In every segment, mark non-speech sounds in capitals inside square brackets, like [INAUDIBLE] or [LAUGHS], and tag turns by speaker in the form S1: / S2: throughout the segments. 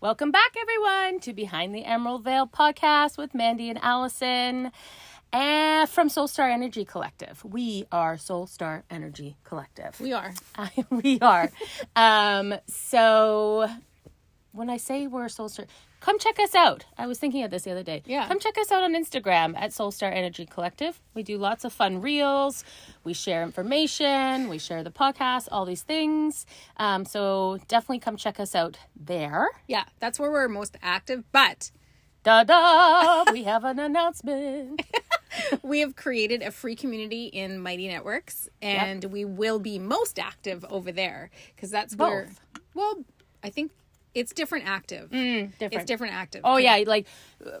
S1: Welcome back, everyone, to Behind the Emerald Veil podcast with Mandy and Allison. And from Soul Star Energy Collective. We are Soul Star Energy Collective.
S2: We are.
S1: I- [LAUGHS] we are. um, so when I say we're Soul Star, come check us out. I was thinking of this the other day.
S2: Yeah.
S1: Come check us out on Instagram at Soul Star Energy Collective. We do lots of fun reels. We share information. We share the podcast, all these things. Um, so definitely come check us out there.
S2: Yeah, that's where we're most active. But
S1: Da da! we have an
S2: [LAUGHS]
S1: announcement.
S2: we have created a free community in Mighty Networks, and we will be most active over there because that's where. Well, I think it's different active. It's
S1: Mm, Different.
S2: different active.
S1: Oh yeah, like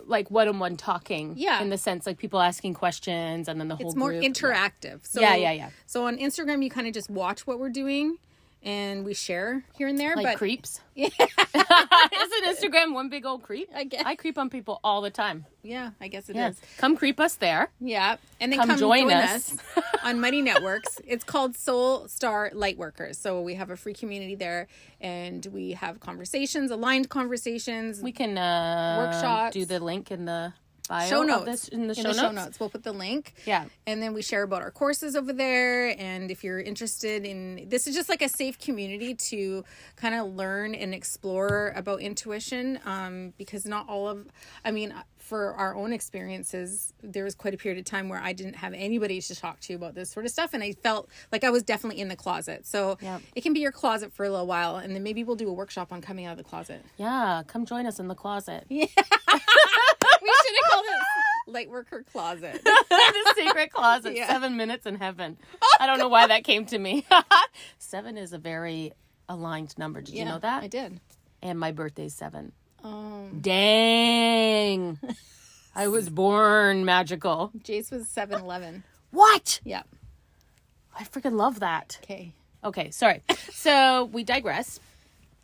S1: like one on one talking.
S2: Yeah.
S1: in the sense like people asking questions and then the whole
S2: it's more
S1: group.
S2: interactive. So
S1: Yeah, yeah, yeah.
S2: So on Instagram, you kind of just watch what we're doing, and we share here and there.
S1: like
S2: but [LAUGHS]
S1: creeps. [LAUGHS] Isn't Instagram one big old creep?
S2: I guess.
S1: I creep on people all the time.
S2: yeah, I guess it is.
S1: Yes, come creep us there.
S2: Yeah, and then
S1: Come
S2: come,
S1: join
S2: join,
S1: us.
S2: us. on Mighty [LAUGHS] Networks. It's called Soul Star Lightworkers. So we have a free community there, and we have conversations, aligned conversations.
S1: We can uh,
S2: Workshops.
S1: Do the link in the bio.
S2: show
S1: of
S2: notes
S1: this- in the show notes.
S2: We'll put the link.
S1: Yeah.
S2: and then we share about our courses over there. And if you're interested in this, is just like a safe community to kind of learn and explore about intuition. Um, because not all of, I mean, for our own experiences, there was quite a period of time where I didn't have anybody to talk to about this sort of stuff, and I felt like I was definitely in the closet. So
S1: Yeah.
S2: it can be your closet for a little while, and then maybe we'll do a workshop on coming out of the closet.
S1: Yeah, come join us in the
S2: [LAUGHS]
S1: closet.
S2: we should have called it light worker
S1: [LAUGHS]
S2: closet.
S1: the secret closet.
S2: Yeah.
S1: Seven minutes in heaven. I don't know why that came to me. [LAUGHS] seven is a very aligned number. Did you know that?
S2: I Um. did.
S1: and my birthday's seven. Dang. I was born magical.
S2: Jace was 7 Eleven.
S1: What?
S2: Yeah.
S1: I freaking love that.
S2: Okay.
S1: Okay, sorry. So we digress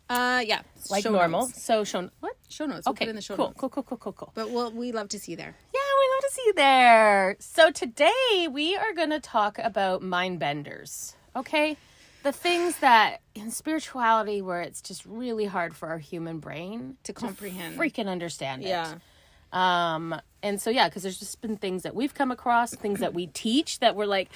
S2: Uh, yeah.
S1: like
S2: Show
S1: normal.
S2: notes.
S1: So show what?
S2: Show notes. We'll
S1: Okay,
S2: put in the show
S1: cool,
S2: notes.
S1: cool, cool, cool, cool, cool.
S2: But we'll, we love to see you there.
S1: Yeah, we love to see you there. So today we are going to talk about mind benders. Okay? The things that in spirituality where it's just really hard for our human brain
S2: To comprehend.
S1: freaking understand Oh, it.
S2: Yeah.
S1: Um, and so yeah, because there's just been things that we've come across, things that we teach that we're like,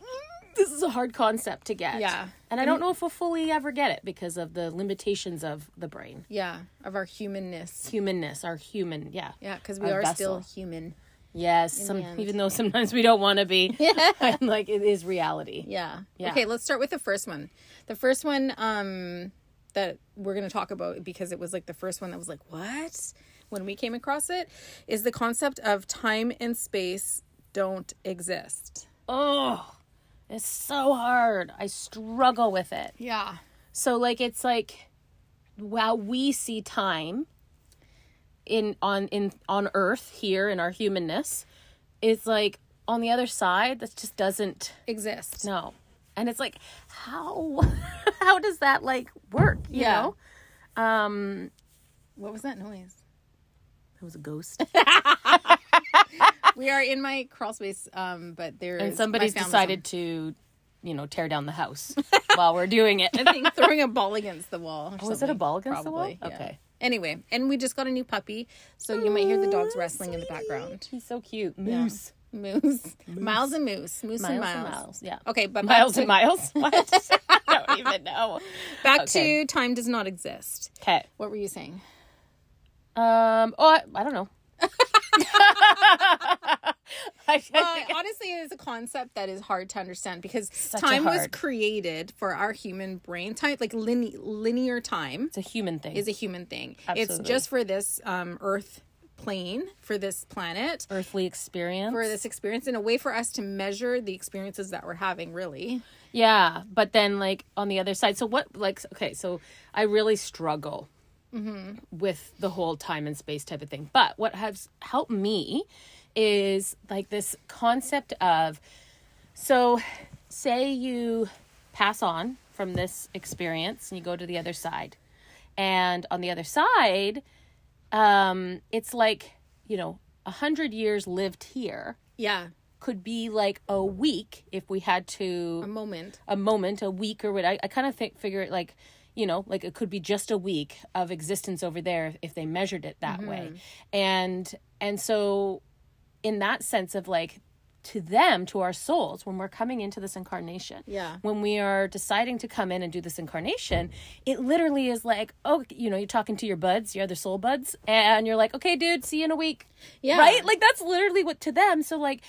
S1: "Mm, this is a hard concept to get.
S2: Yeah.
S1: and I don't know if we'll fully ever get it because of the limitations of the brain,
S2: Yeah. Of our humanness.
S1: humanness, our human, yeah,
S2: Yeah. Because we
S1: Our
S2: are
S1: vessel.
S2: still human.
S1: yes. Some
S2: the end.
S1: even though sometimes we don't want to
S2: [LAUGHS]
S1: be, [LAUGHS] I'm like it is reality.
S2: Yeah.
S1: Yeah.
S2: Okay. Let's start with the first one. The first one um, that we're going to talk about because it was like the first one that was like, what? When we came across it is the concept of time and space don't exist.
S1: Oh, it's so hard. I struggle with it.
S2: Yeah.
S1: So like it's like while we see time in on in on earth here in our humanness it's like on the other side that just doesn't
S2: Exist.
S1: no. And it's like how [LAUGHS] how does that like work, you
S2: Yeah.
S1: know? Um
S2: What was that noise?
S1: it was a ghost.
S2: We are in my crawl space, um, but there
S1: And
S2: is-
S1: somebody's
S2: my family's
S1: decided to, you know, tear down the house [LAUGHS] while we're doing
S2: [LAUGHS]
S1: it.
S2: [LAUGHS] I think throwing a ball against the wall. Or
S1: Oh, is it a
S2: something,
S1: ball against the wall?
S2: probably, yeah.
S1: Okay.
S2: Anyway, and we just got a new puppy, so you might hear the dogs wrestling in the background.
S1: He's so cute. Moose.
S2: Moose. Miles and Moose, Moose and
S1: Miles and
S2: Miles.
S1: Miles, yeah.
S2: Okay,
S1: [LAUGHS]
S2: but
S1: Miles
S2: back to,
S1: and [LAUGHS] miles? What? I don't even know.
S2: back
S1: Okay.
S2: to time does not exist.
S1: Okay.
S2: What were you saying?
S1: Um. Oh, I, I don't [LAUGHS] know. I, I
S2: Uh,
S1: think
S2: honestly, it is a concept that is hard to understand because
S1: a
S2: time was
S1: hard-
S2: created for our human brain. Time, like line- linear time,
S1: it's a human thing.
S2: is a human thing.
S1: Absolutely.
S2: It's just for this um, Earth plane, for this planet.
S1: earthly experience.
S2: for this experience and a way for us to measure the experiences that we're having really
S1: yeah, but then like on the other side. So what? Like okay, so I really struggle with the whole time and space type of thing. But what has helped me is like this concept of so say you pass on from this experience and you go to the other side. And on the other side, um, it's like, you know, a hundred years lived here
S2: yeah
S1: could be like a week if we had to
S2: a moment
S1: a moment, a week, or what. I, I kind of think figure it like you know, like it could be just a week of existence over there if they measured it that
S2: Mm-hmm.
S1: way. And and so in that sense of like to them, to our souls, when we're coming into this incarnation,
S2: Yeah.
S1: when we are deciding to come in and do this incarnation, it literally is like, oh, you know, you're talking to your buds, your other soul buds, and you're like, okay, dude, see you in a week.
S2: Yeah.
S1: Right? Like that's literally what to them. So like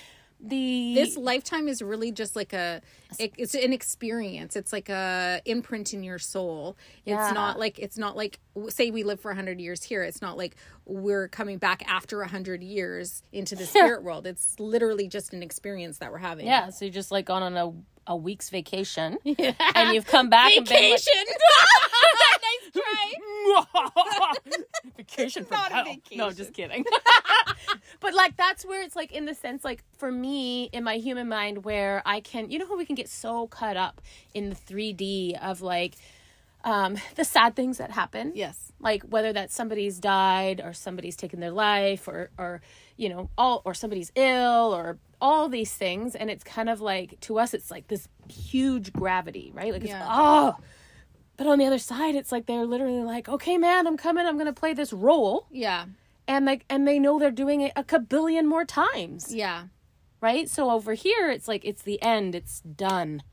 S1: the
S2: this lifetime is really just like a it- it's an experience it's like a imprint in your soul
S1: Yeah.
S2: it's not like it's not like w- say we live for 100 years here it's not like we're coming back after 100 years
S1: [LAUGHS]
S2: into the spirit world it's literally just an experience that we're having
S1: Yeah, so you're just like gone on a a week's [LAUGHS] vacation and you've come back
S2: vacation [LAUGHS] nice try
S1: and been like [LAUGHS] vacation from
S2: Not a
S1: hell. No,
S2: vacation.
S1: just kidding. [LAUGHS] but like that's where it's like in the sense like for me in my human mind where I can you know how we can get so caught up in the 3D of like um the sad things that happen.
S2: yes
S1: like whether that somebody's died or somebody's taken their life or or you know all or somebody's ill or all these things and it's kind of like to us it's like this huge gravity right like it's
S2: Yeah.
S1: oh but on the other side it's like they're literally like okay man i'm coming i'm gonna play this role
S2: yeah
S1: and like and they know they're doing it a kabillion more times
S2: yeah
S1: right so over here it's like it's the end it's done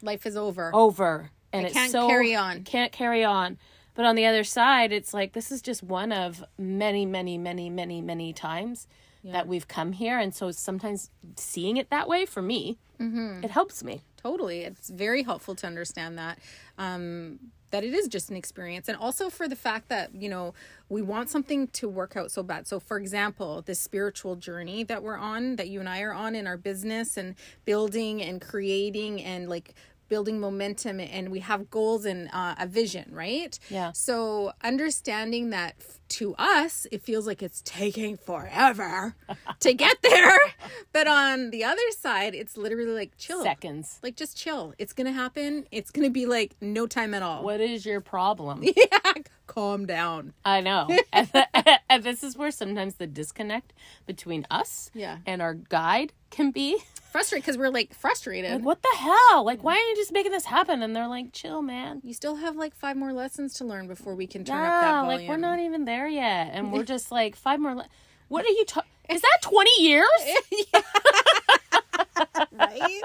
S2: life is over
S1: over and it's
S2: can't
S1: so
S2: carry on.
S1: can't carry on but on the other side it's like this is just one of many many many many many times that we've come here and so sometimes seeing it that way for me
S2: Mm-hmm.
S1: it helps me
S2: Totally. It's very helpful to understand that. Um, that it is just an experience. And also for the fact that, you know, we want something to work out so bad. So, for example, this spiritual journey that we're on, that you and I are on in our business and building and creating and like building momentum, and we have goals and uh, a vision, right?
S1: Yeah.
S2: So, understanding that f- to us, it feels like it's taking forever to get there. But on the other side, it's literally like chill.
S1: seconds
S2: Like just chill. It's gonna happen. It's gonna be like no time at all.
S1: what is your problem
S2: [LAUGHS] Calm down.
S1: i know [LAUGHS] and, and this is where sometimes the disconnect between us
S2: Yeah.
S1: and our guide can be [LAUGHS]
S2: Frustrated because we're like
S1: like
S2: frustrated.
S1: what the hell like why aren't you just making this happen and they're like chill man
S2: You still have like five more lessons to learn before we can turn up
S1: Yeah,
S2: that volume.
S1: like we're not even there yet, and we're just like five more. Le- what are you talking? Is that twenty years?
S2: [LAUGHS]
S1: [LAUGHS]
S2: right.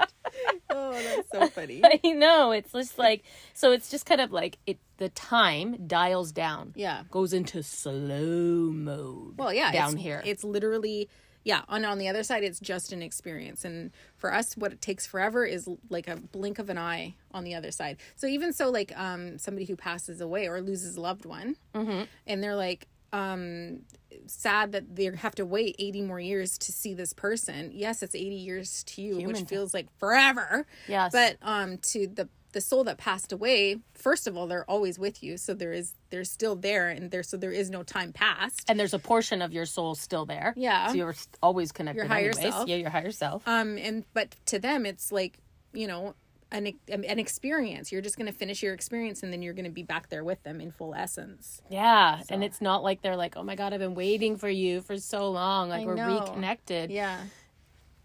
S2: oh, that's
S1: [LAUGHS]
S2: so funny.
S1: I know. It's just like so. It's just kind of like it. The time dials down.
S2: Yeah.
S1: goes into slow mode.
S2: Well, yeah.
S1: down
S2: it's,
S1: here.
S2: it's literally yeah. And on the other side, it's just an experience. And for us, what it takes forever is like a blink of an eye on the other side. So even so, like um, somebody who passes away or loses a loved one,
S1: Mm-hmm.
S2: and they're like, um sad that they have to wait 80 more years to see this person yes it's 80 years to you which feels like forever
S1: Yes.
S2: but um to the the soul that passed away first of all they're always with you so there is they're still there and there so there is no time passed
S1: and there's a portion of your soul still there.
S2: Yeah.
S1: so you're s- always connected.
S2: higher
S1: anyways.
S2: self.
S1: Yeah, your higher self.
S2: um and but to them it's like you know an, an experience you're just going to finish your experience and then you're going to be back there with them in full essence
S1: yeah, and it's not like they're like, oh my god, I've been waiting for you for so long. Like we're
S2: know.
S1: reconnected.
S2: yeah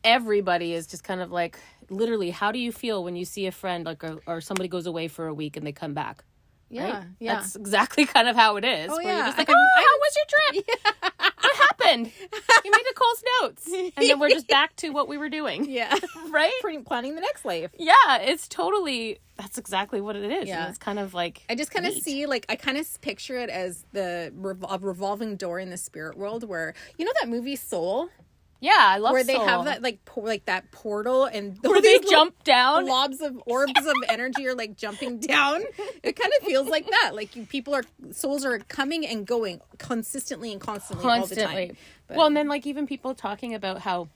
S1: everybody is just kind of like literally how do you feel when you see a friend like or, or somebody goes away for a week and they come back
S2: yeah
S1: right?
S2: yeah
S1: that's exactly [LAUGHS] kind of how it is where you're
S2: yeah.
S1: just like oh how was
S2: [LAUGHS]
S1: your trip what happened you made the cole's notes and then we're just back to what we were doing
S2: [LAUGHS] [LAUGHS] yeah
S1: right
S2: Pre- planning the next life
S1: yeah it's totally that's exactly what it is
S2: Yeah.
S1: and it's kind of like
S2: I just kind of
S1: neat.
S2: see like I kind of picture it as the revol- a revolving door in the spirit world where you know that movie Soul
S1: yeah i love
S2: where they have
S1: Seoul.
S2: that like po- like that portal and
S1: where they jump down
S2: blobs of orbs of energy are like jumping down. It kind of feels like that. Like you, people are souls are coming and going consistently and constantly, all the time. But
S1: well, and then like even people talking about how,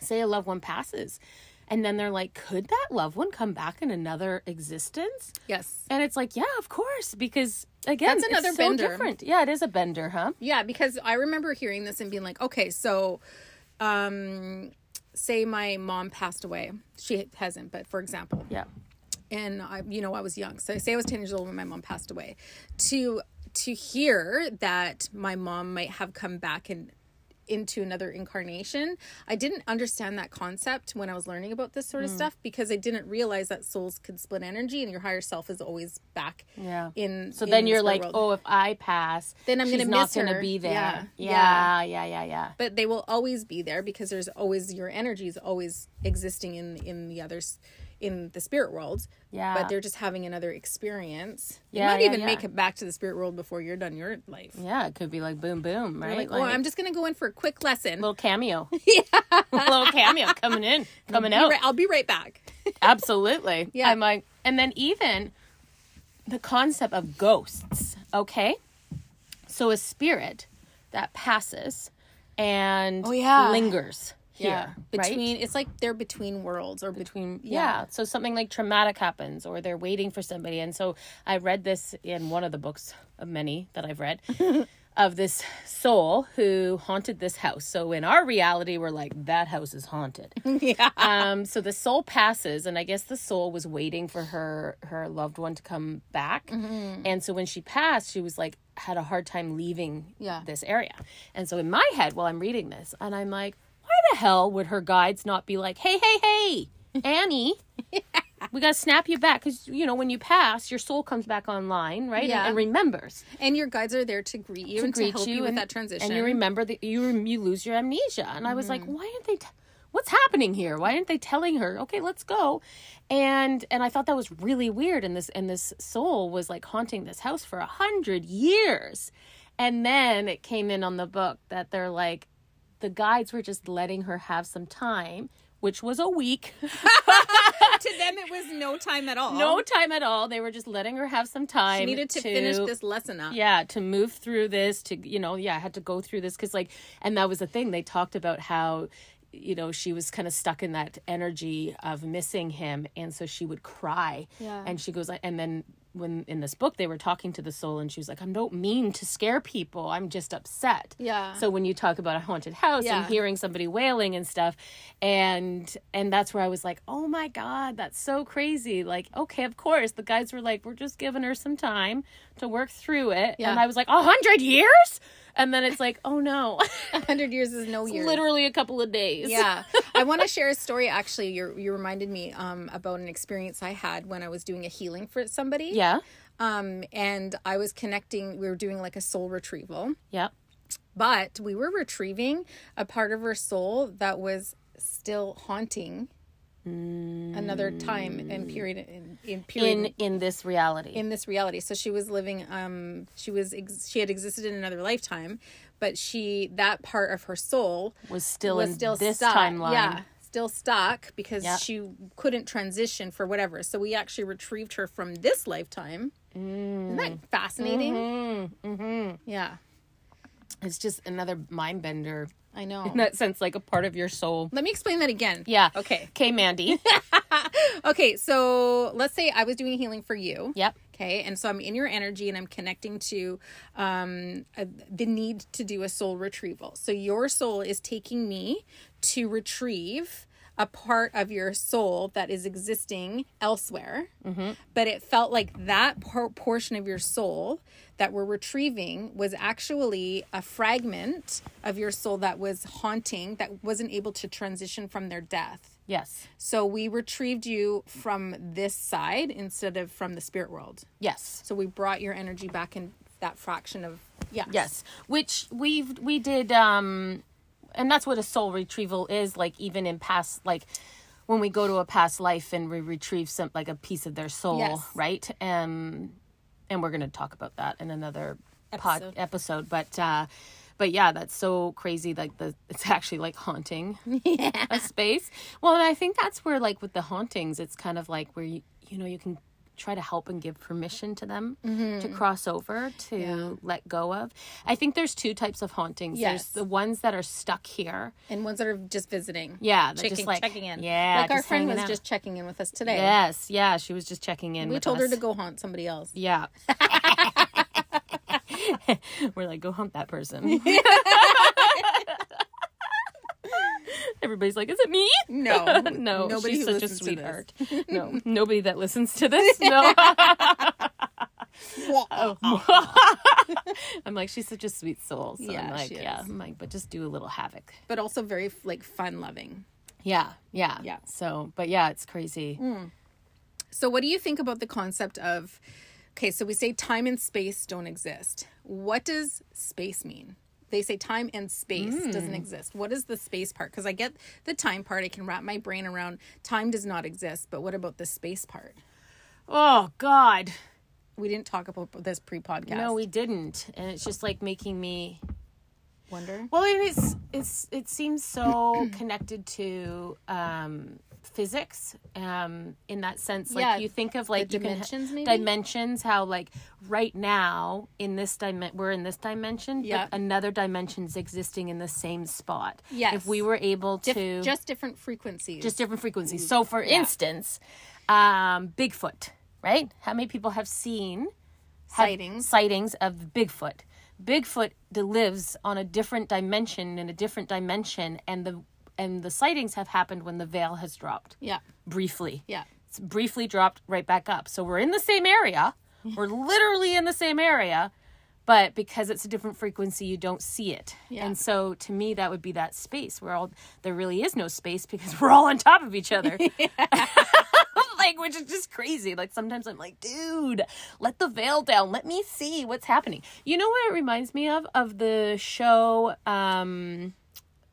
S1: say, a loved one passes, and then they're like, could that loved one come back in another existence?
S2: yes.
S1: And it's like, yeah, of course, because again,
S2: That's another
S1: it's so
S2: bender.
S1: different. Yeah, it is a bender, huh?
S2: Yeah, because I remember hearing this and being like, okay, so um say my mom passed away. She hasn't, but for example,
S1: Yeah,
S2: and I, you know, I was young. So say I was ten years old when my mom passed away. To to hear that my mom might have come back and into another incarnation. I didn't understand that concept when I was learning about this
S1: Mm.
S2: sort of stuff because I didn't realize that souls could split energy and your higher self is always back
S1: Yeah.
S2: in
S1: So
S2: in
S1: then
S2: the
S1: you're
S2: spirit
S1: like,
S2: world.
S1: oh, if I pass,
S2: Then I'm
S1: she's
S2: gonna
S1: not
S2: miss
S1: gonna
S2: her.
S1: be there.
S2: Yeah.
S1: Yeah, yeah, yeah, yeah.
S2: but they will always be there because there's always your energy is always existing in in the others in the spirit world
S1: Yeah.
S2: but they're just having another experience
S1: Yeah,
S2: you might
S1: yeah,
S2: even
S1: yeah.
S2: make it back to the spirit world before you're done your life
S1: Yeah, it could be like boom, boom,
S2: You're
S1: right?
S2: like, oh i'm just gonna go in for a quick lesson
S1: little
S2: [LAUGHS]
S1: cameo. little cameo coming in, coming
S2: Be
S1: out.
S2: right- i'll be right back
S1: Absolutely.
S2: Yeah.
S1: I'm like, and then even the concept of ghosts, okay? So a spirit that passes and
S2: Oh, yeah.
S1: lingers here, right?
S2: between it's like they're between worlds or
S1: between yeah.
S2: yeah.
S1: so something like traumatic happens or they're waiting for somebody and so i read this in one of the books of many that i've
S2: [LAUGHS]
S1: read of this soul who haunted this house so in our reality we're like that house is haunted
S2: yeah
S1: um so the soul passes and i guess the soul was waiting for her her loved one to come back
S2: Mm-hmm.
S1: and so when she passed she was like had a hard time leaving
S2: Yeah.
S1: this area and so in my head while i'm reading this and i'm like why the hell would her guides not be like hey hey
S2: [LAUGHS]
S1: hey annie we gotta snap you back because you know when you pass your soul comes back online right And-
S2: Yeah.
S1: and, remembers
S2: and your guides are there to greet you and to
S1: greet
S2: help
S1: you
S2: you, with
S1: and-
S2: that transition Mm.
S1: and you remember that you you lose your amnesia and i was like why aren't they t- what's happening here why aren't they telling her okay let's go and and i thought that was really weird and this and this soul was like haunting this house for a hundred years and then it came in on the book that they're like the guides were just letting her have some time which was a week [LAUGHS]
S2: [LAUGHS] to them it was no time at all
S1: no time at all they were just letting her have some time
S2: you Oh. needed to, finish this lesson [LAUGHS] up
S1: yeah to move through this to you know yeah i had to go through this because like and that was the thing they talked about how you know she was kind of stuck in that energy of missing him and so she would cry
S2: Yeah.
S1: and she goes uh, and then when in this book they were talking to the soul and she was like i don't mean to scare people i'm just upset
S2: Yeah.
S1: so when you talk about a haunted house
S2: Yeah.
S1: and hearing somebody wailing and stuff and and that's where i was like oh my god that's so crazy like okay of course the guys were like we're just giving her some time to work through it
S2: Yeah.
S1: and i was like a hundred years and then it's like oh no [LAUGHS]
S2: 100 years is no year
S1: literally a couple of days
S2: Yeah, I want to share a story. Actually, you you reminded me um, about an experience I had when I was doing a healing for somebody.
S1: yeah
S2: Um, and I was connecting. We were doing like a soul retrieval,
S1: yeah
S2: but we were retrieving a part of her soul that was still haunting another time and period in, in period
S1: Mm. in in this reality
S2: in this reality. So she was living um she was ex- she had existed in another lifetime, but she that part of her soul
S1: was still
S2: was
S1: in
S2: still
S1: this
S2: stuck.
S1: timeline
S2: Yeah, still stuck because
S1: Yeah.
S2: she couldn't transition for whatever. So we actually retrieved her from this lifetime. Isn't
S1: Mm.
S2: that fascinating? Mm-hmm. Yeah,
S1: it's just another mind bender [LAUGHS]
S2: I know.
S1: in that sense like a part of your soul
S2: Let me explain that again.
S1: yeah
S2: Okay.
S1: okay mandy
S2: Okay. So let's say I was doing healing for you.
S1: yep
S2: Okay, and so I'm in your energy and I'm connecting to um, a, the need to do a soul retrieval. So your soul is taking me to retrieve a part of your soul that is existing elsewhere, but it felt like that por- portion of your soul that we're retrieving was actually a fragment of your soul that was haunting, that wasn't able to transition from their death.
S1: yes
S2: So we retrieved you from this side instead of from the spirit world.
S1: yes
S2: So we brought your energy back in that fraction of yes.
S1: Yes, which we've we did, um and that's what a soul retrieval is. Like even in past, like when we go to a past life and we retrieve some like a piece of their soul,
S2: Yes.
S1: right? Um, and we're gonna talk about that in another pod
S2: Episode.
S1: episode, but. uh but yeah, that's so crazy. Like the, it's actually like
S2: [LAUGHS]
S1: haunting a space. Well, and I think that's where like with the hauntings, it's kind of like where you you know you can try to help and give permission to them
S2: Mm-hmm.
S1: to cross over to let go of. I think there's two types of hauntings.
S2: Yes.
S1: There's the ones that are stuck here.
S2: And ones that are just visiting.
S1: Yeah, they're
S2: Checking,
S1: just like
S2: checking in.
S1: Yeah,
S2: Like our
S1: just
S2: friend
S1: hanging
S2: was
S1: out.
S2: just checking in with us today.
S1: yes, yeah. She was just checking in.
S2: We
S1: with
S2: told her
S1: us.
S2: to go haunt somebody else.
S1: Yeah. [LAUGHS] We're like, go hunt that person. [LAUGHS] Everybody's like, is it me?
S2: [LAUGHS] No.
S1: No,
S2: Nobody
S1: she's
S2: who
S1: such a [LAUGHS]
S2: listens to this.
S1: sweetheart. No, nobody that listens to this. No. [LAUGHS]
S2: Oh.
S1: I'm like, she's such a sweet soul. So
S2: Yeah,
S1: I'm like,
S2: she
S1: yeah.
S2: is.
S1: I'm like, but just do a little havoc.
S2: but also very like fun loving.
S1: Yeah, yeah, Mm.
S2: Yeah.
S1: So, but yeah, it's crazy.
S2: So, what do you think about the concept of okay, so we say time and space don't exist. What does space mean? They say time and space
S1: Hmm.
S2: doesn't exist. What is the space part? Because I get the time part, I can wrap my brain around time does not exist, but what about the space part?
S1: Oh God,
S2: We didn't talk about this pre podcast.
S1: no, we didn't, and it's just like making me.
S2: wonder.
S1: Well, and it's it's it seems
S2: [CLEARS THROAT]
S1: so connected to um, physics um, in that sense. Like
S2: Yeah,
S1: you think of like you can ha-
S2: dimensions, maybe?
S1: dimensions. How like right now in this dimension we're in this dimension,
S2: Yeah.
S1: but another dimension's existing in the same spot.
S2: Yes.
S1: If we were able
S2: Dif-
S1: to
S2: just Mm. different frequencies.
S1: just different frequencies. So, for instance, um, Bigfoot, right? How many people have seen have
S2: Sightings.
S1: sightings of Bigfoot? Bigfoot d- lives on a different dimension in a different dimension, and the and the sightings have happened when the veil has dropped
S2: yeah.
S1: briefly.
S2: Yeah.
S1: It's briefly dropped right back up. So we're in the same area. We're literally in the same area, but because it's a different frequency, you don't see it.
S2: Yeah.
S1: And so to me, that would be that space where all there really is no space because [LAUGHS] we're all on top of each other. [LAUGHS] like, which is just crazy. Like sometimes I'm like, dude, let the veil down. Let me see what's happening. You know what it reminds me of? Of the show um,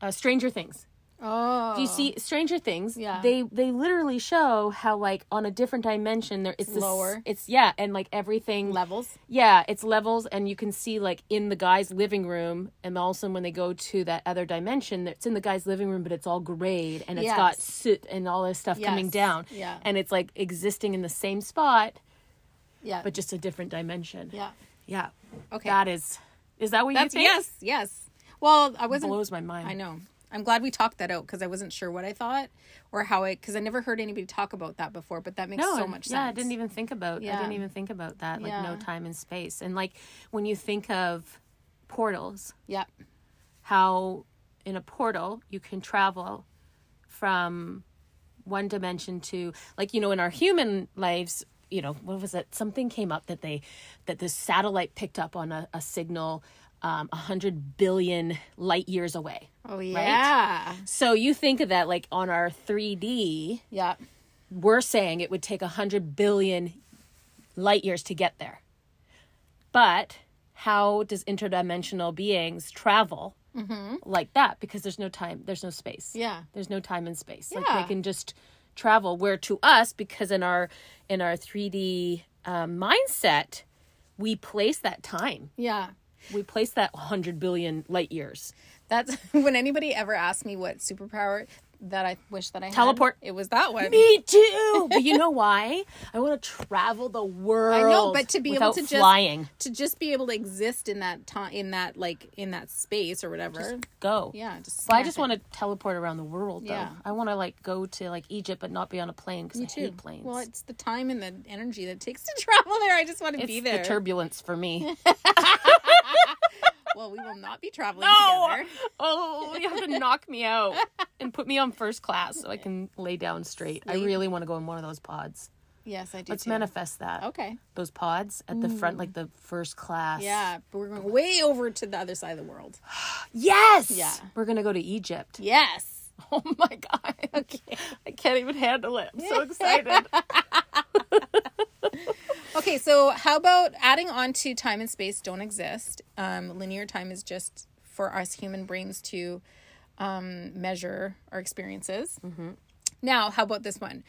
S1: uh, Stranger Things.
S2: Oh.
S1: Do you see Stranger Things?
S2: Yeah.
S1: They they literally show how like on a different dimension there it's this-
S2: Lower.
S1: It's yeah, and like everything.
S2: levels?
S1: yeah, it's levels, and you can see like in the guy's living room, and all of a sudden when they go to that other dimension, it's in the guy's living room, but it's all grayed and it's
S2: Yes.
S1: got soot and all this stuff coming
S2: Yes.
S1: down.
S2: Yeah.
S1: And it's like existing in the same spot,
S2: Yeah.
S1: but just a different dimension.
S2: yeah.
S1: Yeah.
S2: Okay.
S1: That is. Is that what
S2: That's
S1: you think?
S2: yes, yes. Well, I wasn't
S1: Blows my mind.
S2: I know. I'm glad we talked that out because I wasn't sure what I thought or how I because I never heard anybody talk about that before. But that makes so
S1: and-
S2: much sense.
S1: yeah, I didn't e- even think about. I
S2: Yeah.
S1: didn't even think about that. Like
S2: Yeah.
S1: no time and space, and like when you think of portals,
S2: Yeah,
S1: how in a portal you can travel from one dimension to like you know in our human lives you know what was it something came up that they that this satellite picked up on a, a signal um, 100 billion light years away
S2: Oh yeah.
S1: so you think of that like on our 3d
S2: Yeah.
S1: we're saying it would take 100 billion light years to get there. But how does interdimensional beings travel like that? Because there's no time, there's no space.
S2: Mm-hmm. Yeah.
S1: There's no time and space. Like
S2: Yeah.
S1: they can just travel where to us because in our in our 3D um, mindset, we place that time.
S2: Yeah.
S1: We place that 100 billion light years.
S2: That's [LAUGHS] when anybody ever asked me what superpower that I wish that I had.
S1: Teleport.
S2: It was that one.
S1: Me too. [LAUGHS] but you know why? I want to travel the world.
S2: I know, but to be able
S1: without
S2: to just
S1: flying,
S2: to just be able to exist in that time in that like in that space or whatever.
S1: go.
S2: yeah, just
S1: Well, I
S2: smack
S1: just
S2: it.
S1: want to teleport around the world. Though.
S2: Yeah.
S1: I want to like go to like Egypt, but not be on a plane because I
S2: too.
S1: hate planes.
S2: Well, it's the time and the energy that it takes to [LAUGHS] travel there. I just want to
S1: it's
S2: be there.
S1: the turbulence for
S2: [LAUGHS]
S1: me.
S2: well, we will not be traveling together.
S1: oh, you have to knock me
S2: [LAUGHS]
S1: out and put me on first class so I can lay down straight. I really want to go in one of those pods.
S2: Yes, I do.
S1: Let's
S2: too.
S1: manifest that.
S2: Okay. Mm.
S1: Those pods at the front, like the first class.
S2: Yeah, but we're going way over to the other side of the world.
S1: Yes.
S2: Yeah.
S1: We're gonna go to Egypt.
S2: [LAUGHS] Yes.
S1: Oh my god. Okay. [LAUGHS] I can't even handle it. I'm
S2: [LAUGHS]
S1: so excited.
S2: Okay, so how about adding on to time and space don't exist? Um, linear time is just for us human brains to um, measure our experiences. Now, how about this one?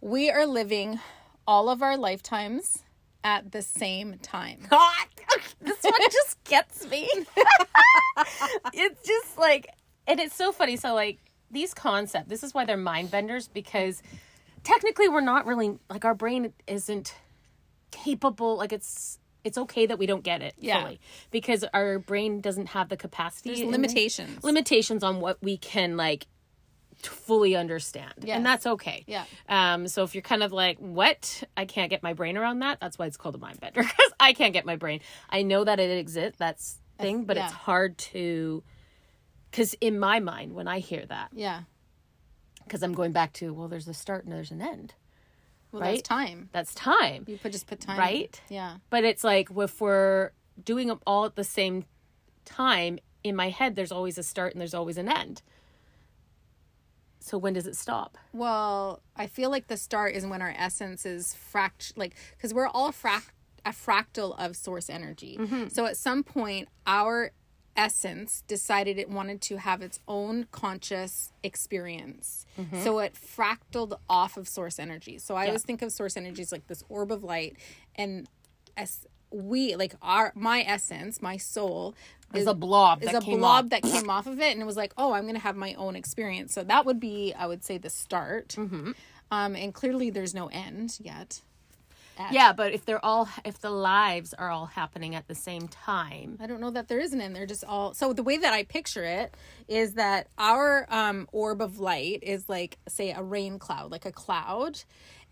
S2: We are living all of our lifetimes at the same time.
S1: God,
S2: [LAUGHS]
S1: this one just gets me. it's just like, and it's so funny. So like these concepts, this is why they're mind benders because technically we're not really like our brain isn't capable. Like it's it's okay that we don't get it
S2: Yeah.
S1: fully because our brain doesn't have the capacity.
S2: [LAUGHS] There's
S1: in-
S2: limitations.
S1: limitations on what we can like t- fully understand
S2: Yes.
S1: and that's okay
S2: Yeah.
S1: um so if you're kind of like what i can't get my brain around that that's why it's called a mind bender [LAUGHS] because i can't get my brain i know that it exists that's thing but it's
S2: yeah.
S1: hard to because in my mind when i hear that
S2: yeah.
S1: because i'm going back to well there's a start and there's an end
S2: Well,
S1: right?
S2: that's time.
S1: That's time.
S2: You put just put time.
S1: Right?
S2: Yeah.
S1: But it's like if we're doing them all at the same time, in my head, there's always a start and there's always an end. So when does it stop?
S2: Well, I feel like the start is when our essence is fract like because we're all fract a fractal of source energy. So at some point, our essence decided it wanted to have its own conscious experience. So it fractaled off of source energy. So I always think of source energy as like this orb of light, and as we like our my essence, my soul
S1: There's a blob
S2: is
S1: that
S2: a
S1: came
S2: blob
S1: off.
S2: that came off of it and it was like, oh, I'm gonna have my own experience. So that would be, I would say, the start.
S1: Mm-hmm.
S2: Um, and clearly, there's no end yet.
S1: Yeah, but if they're all if the lives are all happening at the same time.
S2: I don't know that there is an end. They're just all. So the way that I picture it is that our um, orb of light is like, say, a rain cloud, like a cloud,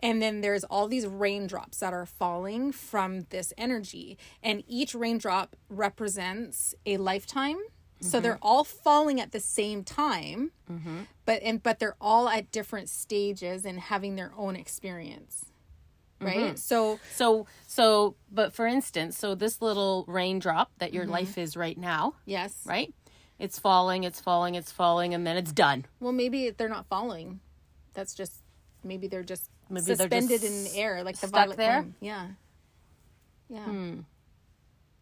S2: and then there's all these raindrops that are falling from this energy, and each raindrop represents a lifetime. So they're all falling at the same time, but and but they're all at different stages and having their own experience, right? So
S1: So so but for instance, so this little raindrop that your life is right now,
S2: yes,
S1: right? It's falling, it's falling, it's falling and then it's done.
S2: Well, maybe they're not falling. That's just maybe they're just
S1: Maybe they're
S2: suspended
S1: just
S2: in air, like the
S1: stuck
S2: violet
S1: there? Hmm.
S2: flame. Yeah, yeah.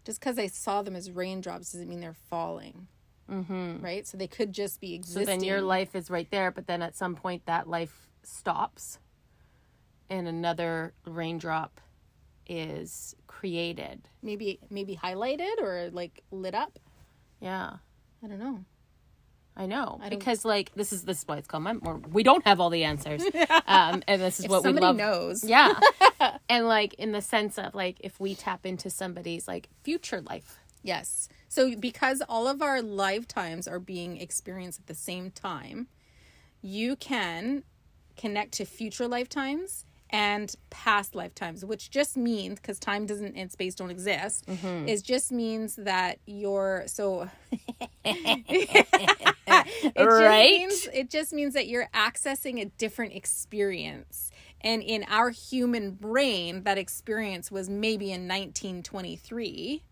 S2: Just because I saw them as raindrops doesn't mean they're falling, mm-hmm. right? So they could just be
S1: So
S2: existing.
S1: then your life is right there, but then at some point that life stops and another raindrop is created.
S2: maybe maybe highlighted or like lit up.
S1: Yeah.
S2: I don't know.
S1: I know
S2: don't-
S1: because like this is this is why it's called my or we don't have all the
S2: [LAUGHS]
S1: answers, um, and this is what we
S2: Somebody
S1: love.
S2: knows. [LAUGHS]
S1: Yeah, and like in the sense of like if we tap into somebody's like future life,
S2: Yes. So because all of our lifetimes are being experienced at the same time, you can connect to future lifetimes and past lifetimes, which just means because time doesn't and space don't exist, is just means that your so [LAUGHS] it just
S1: Right?
S2: means- it just means that you're accessing a different experience. And in our human brain, that experience was maybe in 1923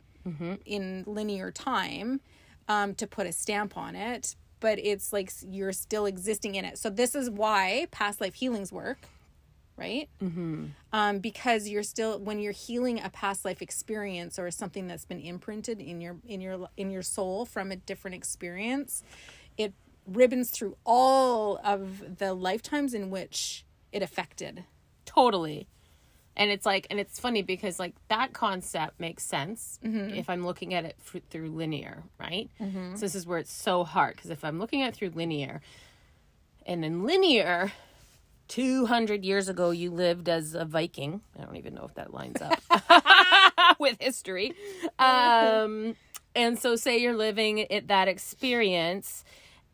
S2: in linear time um, to put a stamp on it, but it's like s- you're still existing in it. So this is why past life healings work, right? Mm-hmm. Um, because you're still when you're healing a past life experience or something that's been imprinted in your in your in your soul from a different experience, it ribbons through all of the lifetimes in which it affected.
S1: totally. And it's like, and it's funny because like that concept makes sense if I'm looking at it fr- through linear, right? So this is where it's so hard because if I'm looking at it through linear, and in linear, two hundred years ago you lived as a Viking. I don't even know if that lines up with history. [LAUGHS] Um, and so say you're living it that experience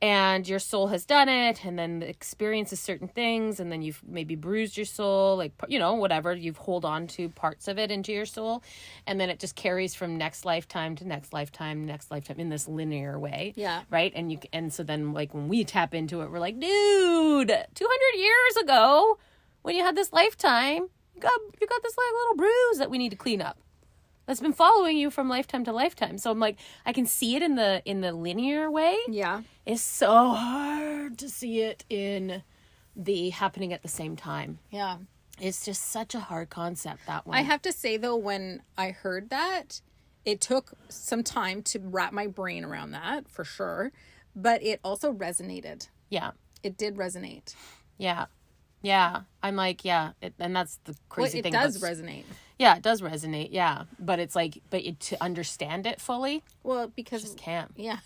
S1: and your soul has done it and then the experiences certain things and then you've maybe bruised your soul like you know whatever you've hold on to parts of it into your soul and then it just carries from next lifetime to next lifetime next lifetime in this linear way
S2: Yeah.
S1: right and you c- and so then like when we tap into it we're like dude 200 years ago when you had this lifetime you got you got this like little bruise that we need to clean up that's been following you from lifetime to lifetime. So I'm like, I can see it in the in the linear way.
S2: Yeah.
S1: It's so hard to see it in the happening at the same time.
S2: Yeah.
S1: It's just such a hard concept that one.
S2: I have to say though, when I heard that, it took some time to wrap my brain around that for sure, but it also resonated.
S1: yeah,
S2: It did resonate.
S1: yeah, yeah. I'm like, yeah, it, and that's the
S2: Well,
S1: crazy
S2: it
S1: thing.
S2: does
S1: about-
S2: resonate.
S1: yeah, it does resonate. Yeah, but it's like, but it, to understand it fully,
S2: Well, because
S1: can't.
S2: yeah,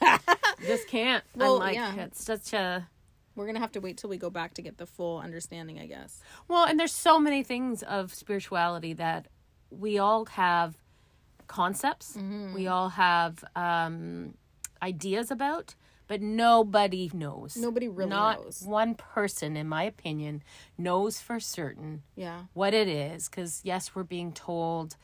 S1: Just can't.
S2: Well,
S1: I'm like,
S2: yeah.
S1: it's such a
S2: [LAUGHS] we're gonna have to wait till we go back to get the full understanding, I guess.
S1: Well, and there's so many things of spirituality that we all have concepts,
S2: Mm-hmm.
S1: we all have um, ideas about, but nobody knows.
S2: Nobody really
S1: Not
S2: knows.
S1: one person, in my opinion, knows for certain
S2: Yeah,
S1: what it is because yes we're being told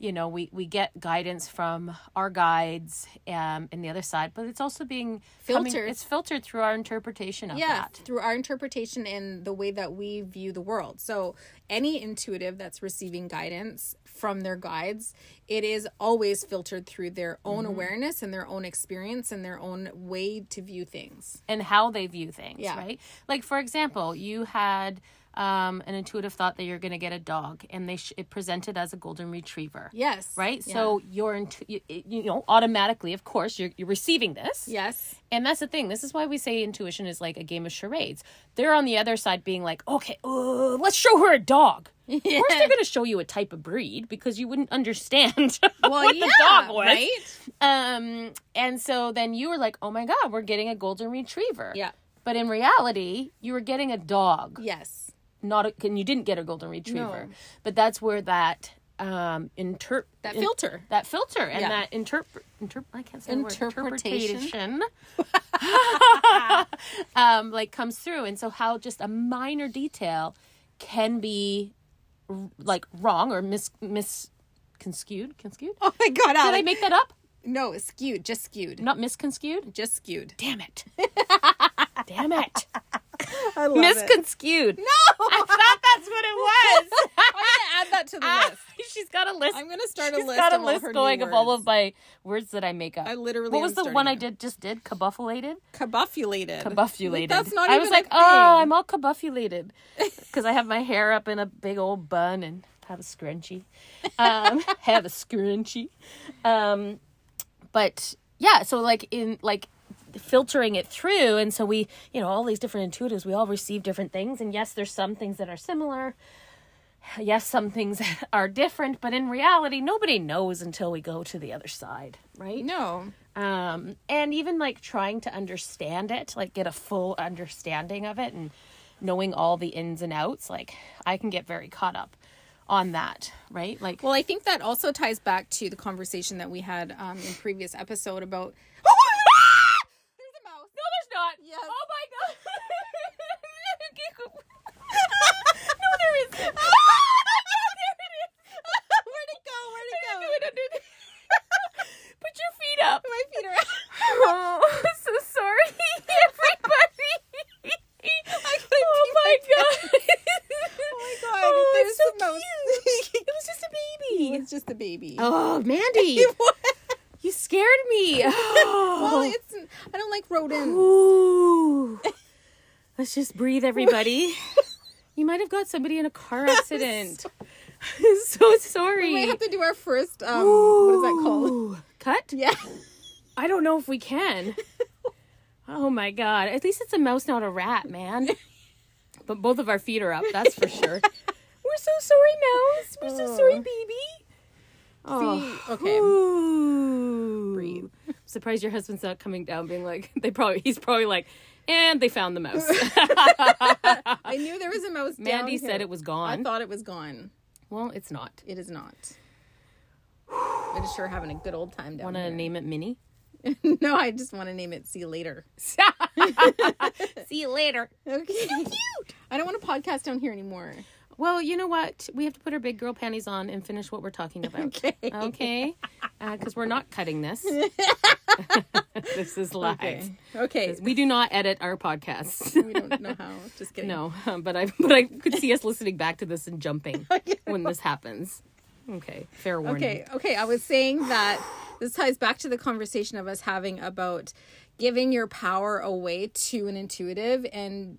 S1: you know we we get guidance from our guides um and the other side but it's also being coming-
S2: Filtered.
S1: it's filtered through our interpretation of
S2: yeah
S1: that
S2: through our interpretation and the way that we view the world so any intuitive that's receiving guidance from their guides it is always filtered through their own
S1: Mm-hmm.
S2: awareness and their own experience and their own way to view things
S1: and how they view things
S2: Yeah.
S1: right like for example you had um an intuitive thought that you're going to get a dog and they sh- it presented as a golden retriever
S2: yes
S1: right
S2: Yeah.
S1: so you're intu- you, you know automatically of course you're, you're receiving this
S2: yes
S1: And that's the thing. This is why we say intuition is like a game of charades. They're on the other side being like, okay, uh, let's show her a
S2: [LAUGHS]
S1: dog. Of course, they're going to show you a type of breed because you wouldn't understand [LAUGHS]
S2: well
S1: [LAUGHS] what
S2: yeah
S1: the dog was.
S2: right
S1: Um, and so then you were like, oh my God, we're getting a golden retriever.
S2: Yeah.
S1: But in reality, you were getting a dog,
S2: yes
S1: not a, and you didn't get a golden retriever. But that's where that um interp
S2: that
S1: in-
S2: filter
S1: that filter and
S2: Yeah.
S1: that interpret interp- I can't say the word.
S2: Interpretation. [LAUGHS]
S1: interpretation [LAUGHS] um like comes through and so how just a minor detail can be r- like wrong or mis misconstrued conscued
S2: oh my god
S1: did I
S2: Alex.
S1: make that up
S2: no skewed just skewed
S1: not misconstrued
S2: just skewed
S1: damn
S2: [LAUGHS]
S1: it damn it
S2: i
S1: [LAUGHS]
S2: love
S1: misconstrued no I thought that's what it was
S2: add that to the [LAUGHS]
S1: [LAUGHS]
S2: list
S1: she's got a list
S2: i'm gonna start a
S1: Ah. She's
S2: list
S1: got a
S2: of all
S1: list
S2: her new
S1: going of all
S2: words.
S1: of my words that I make up.
S2: I literally
S1: What
S2: am
S1: was the
S2: starting
S1: one I
S2: it.
S1: did just did? Cabuffulated.
S2: Cabuffulated.
S1: Cabuffulated.
S2: That's not
S1: I was
S2: even
S1: like,
S2: a
S1: oh,
S2: thing."
S1: I'm all [LAUGHS] cabuffulated because I have my hair up in a big old bun and have a scrunchie. Um, [LAUGHS] have a scrunchie. Um, but yeah, so like in like filtering it through and so we you know all these different intuitives we all receive different things and yes there's some things that are similar yes, some things [LAUGHS] are different, but in reality, nobody knows until we go to the other side, right?
S2: No.
S1: Um, and even like trying to understand it, like get a full understanding of it and knowing all the ins and outs, like I can get very caught up on that, right? Like, [LAUGHS]
S2: Well, I think that also ties back to the conversation that we had um, in previous episode about.
S1: Ah!
S2: There's a mouse.
S1: no, there's not.
S2: Yes.
S1: Oh
S2: [LAUGHS]
S1: my god. no, there is. [LAUGHS] there it
S2: [LAUGHS]
S1: is.
S2: Where'd it go? Where'd it go?
S1: Do it under the- [LAUGHS] Put your feet up.
S2: My feet are out.
S1: Oh, I'm [LAUGHS] so sorry,
S2: [LAUGHS]
S1: everybody. oh my god. oh
S2: Oh my god!
S1: it's
S2: There's
S1: so
S2: a mouse.
S1: cute. It was just a baby.
S2: it's just a baby. [LAUGHS]
S1: Oh, Mandy, you scared me.
S2: well, it's. I don't like rodents.
S1: Ooh. Let's just breathe,
S2: [LAUGHS]
S1: everybody. You might have got somebody in a car accident. [LAUGHS] I'm so sorry.
S2: We have to do our first. Um, what is that called? [LAUGHS]
S1: Ooh. Cut?
S2: Yeah.
S1: I don't know if we
S2: [LAUGHS]
S1: can. oh my god. At least it's a mouse, not a rat, man. But both of our feet are up, that's for
S2: [LAUGHS]
S1: sure. We're so sorry, mouse. We're so sorry,
S2: Oh.
S1: baby. Oh.
S2: See, okay.
S1: Ooh.
S2: Breathe.
S1: I'm surprised your husband's not coming down being like [LAUGHS] they probably he's probably like and they found the mouse.
S2: I knew there was a mouse.
S1: Mandy
S2: down
S1: said
S2: here.
S1: it was
S2: I
S1: gone.
S2: thought it was gone.
S1: well, it's not.
S2: It is not.
S1: [SIGHS]
S2: It is sure having a good old time down
S1: Want to
S2: here.
S1: name it Minnie?
S2: [LAUGHS]
S1: [LAUGHS]
S2: no, I just want to name it. See you later.
S1: See you later.
S2: Okay. I don't want to podcast down here anymore.
S1: Well, you know what? We have to put our big girl panties on and finish what we're
S2: [LAUGHS]
S1: talking about.
S2: Okay.
S1: Okay. Because we're not cutting
S2: [LAUGHS]
S1: this. [LAUGHS] this is live.
S2: Okay. Okay.
S1: We do not edit our podcasts. [LAUGHS]
S2: we don't know how. Just kidding.
S1: No, [LAUGHS] but I but I could see us listening back to this and jumping
S2: [LAUGHS]
S1: when this happens. Okay, fair warning.
S2: Okay. Okay. I was saying that this ties back to the conversation of us having about giving your power away to an intuitive and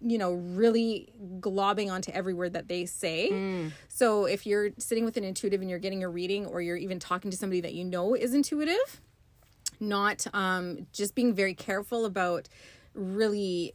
S2: you know really globbing onto every word that they say so if you're sitting with an intuitive and you're getting a reading or you're even talking to somebody that you know is intuitive not um, just being very careful about really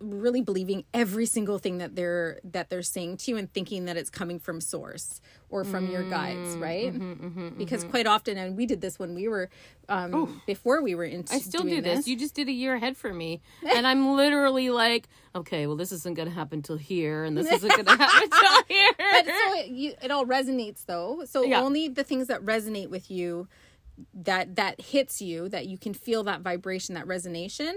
S2: really believing every single thing that they're that they're saying to you and thinking that it's coming from source or from your
S1: Mm,
S2: guides right
S1: mm-hmm,
S2: because quite often and we did this when we were um before we were into
S1: I still do this. You just did a year ahead for me, and I'm literally like, okay, well, this isn't gonna happen till here, and this isn't gonna happen till here.
S2: so it, you, it all resonates though so
S1: Yeah.
S2: only the things that resonate with you that that hits you that you can feel that vibration that resonation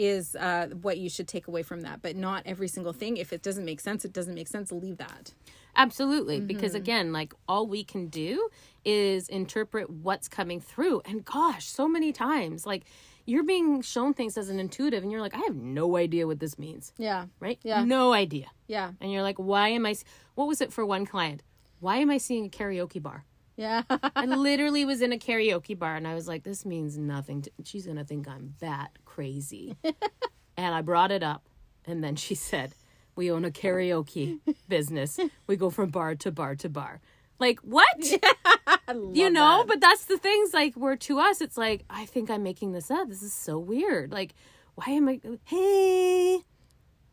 S2: is uh, what you should take away from that but not every single thing if it doesn't make sense it doesn't make sense leave that
S1: Absolutely. Because again, like all we can do is interpret what's coming through. And gosh, so many times, like you're being shown things as an intuitive and you're like, I have no idea what this means,
S2: yeah
S1: right?
S2: Yeah.
S1: No idea.
S2: yeah
S1: And you're like, why am I, s- what was it for one client? Why am I seeing a karaoke bar?
S2: yeah [LAUGHS]
S1: I literally was in a karaoke bar and I was like, this means nothing. To, she's going to think I'm bat crazy. and I brought it up. And then she said, we own a karaoke business. We go from bar to bar to bar. Like, what? you know, but that's the things like where to us, it's like, I think I'm making this up. This is so weird. Like, why am I, hey,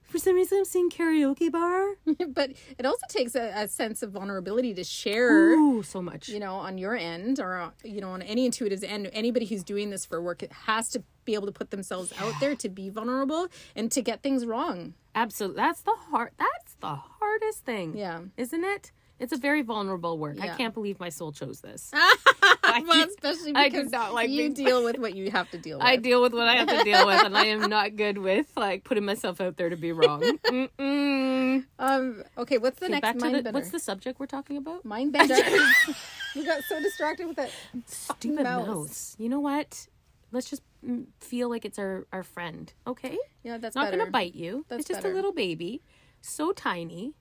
S1: for some reason I'm seeing karaoke bar.
S2: but it also takes a, a sense of vulnerability to share
S1: Ooh, so much.
S2: you know, on your end or, uh, you know, on any intuitive's end, anybody who's doing this for work has to be able to put themselves out there to be vulnerable and to get things wrong.
S1: Absolutely. That's the hard that's the hardest thing.
S2: Yeah.
S1: Isn't it? It's a very vulnerable work. I
S2: Yeah. Ah.
S1: can't believe my soul chose this.
S2: well, especially
S1: I
S2: because
S1: did not like
S2: you
S1: being-
S2: [LAUGHS] deal with what you have to deal with.
S1: I deal with what I have to deal with and I am not good with like putting myself out there to be
S2: [LAUGHS]
S1: wrong. Mm-mm.
S2: um, okay, what's the next
S1: Back to
S2: mind
S1: the
S2: bender?
S1: what's the subject we're talking about?
S2: mind bender?
S1: [LAUGHS]
S2: you got so distracted with it.
S1: Stupid
S2: mouse.
S1: mouse. You know what? Let's just mm, feel like it's our our friend. Okay?
S2: Yeah, that's
S1: It's not
S2: better.
S1: going to bite you.
S2: That's
S1: it's just
S2: better.
S1: a little baby. So tiny,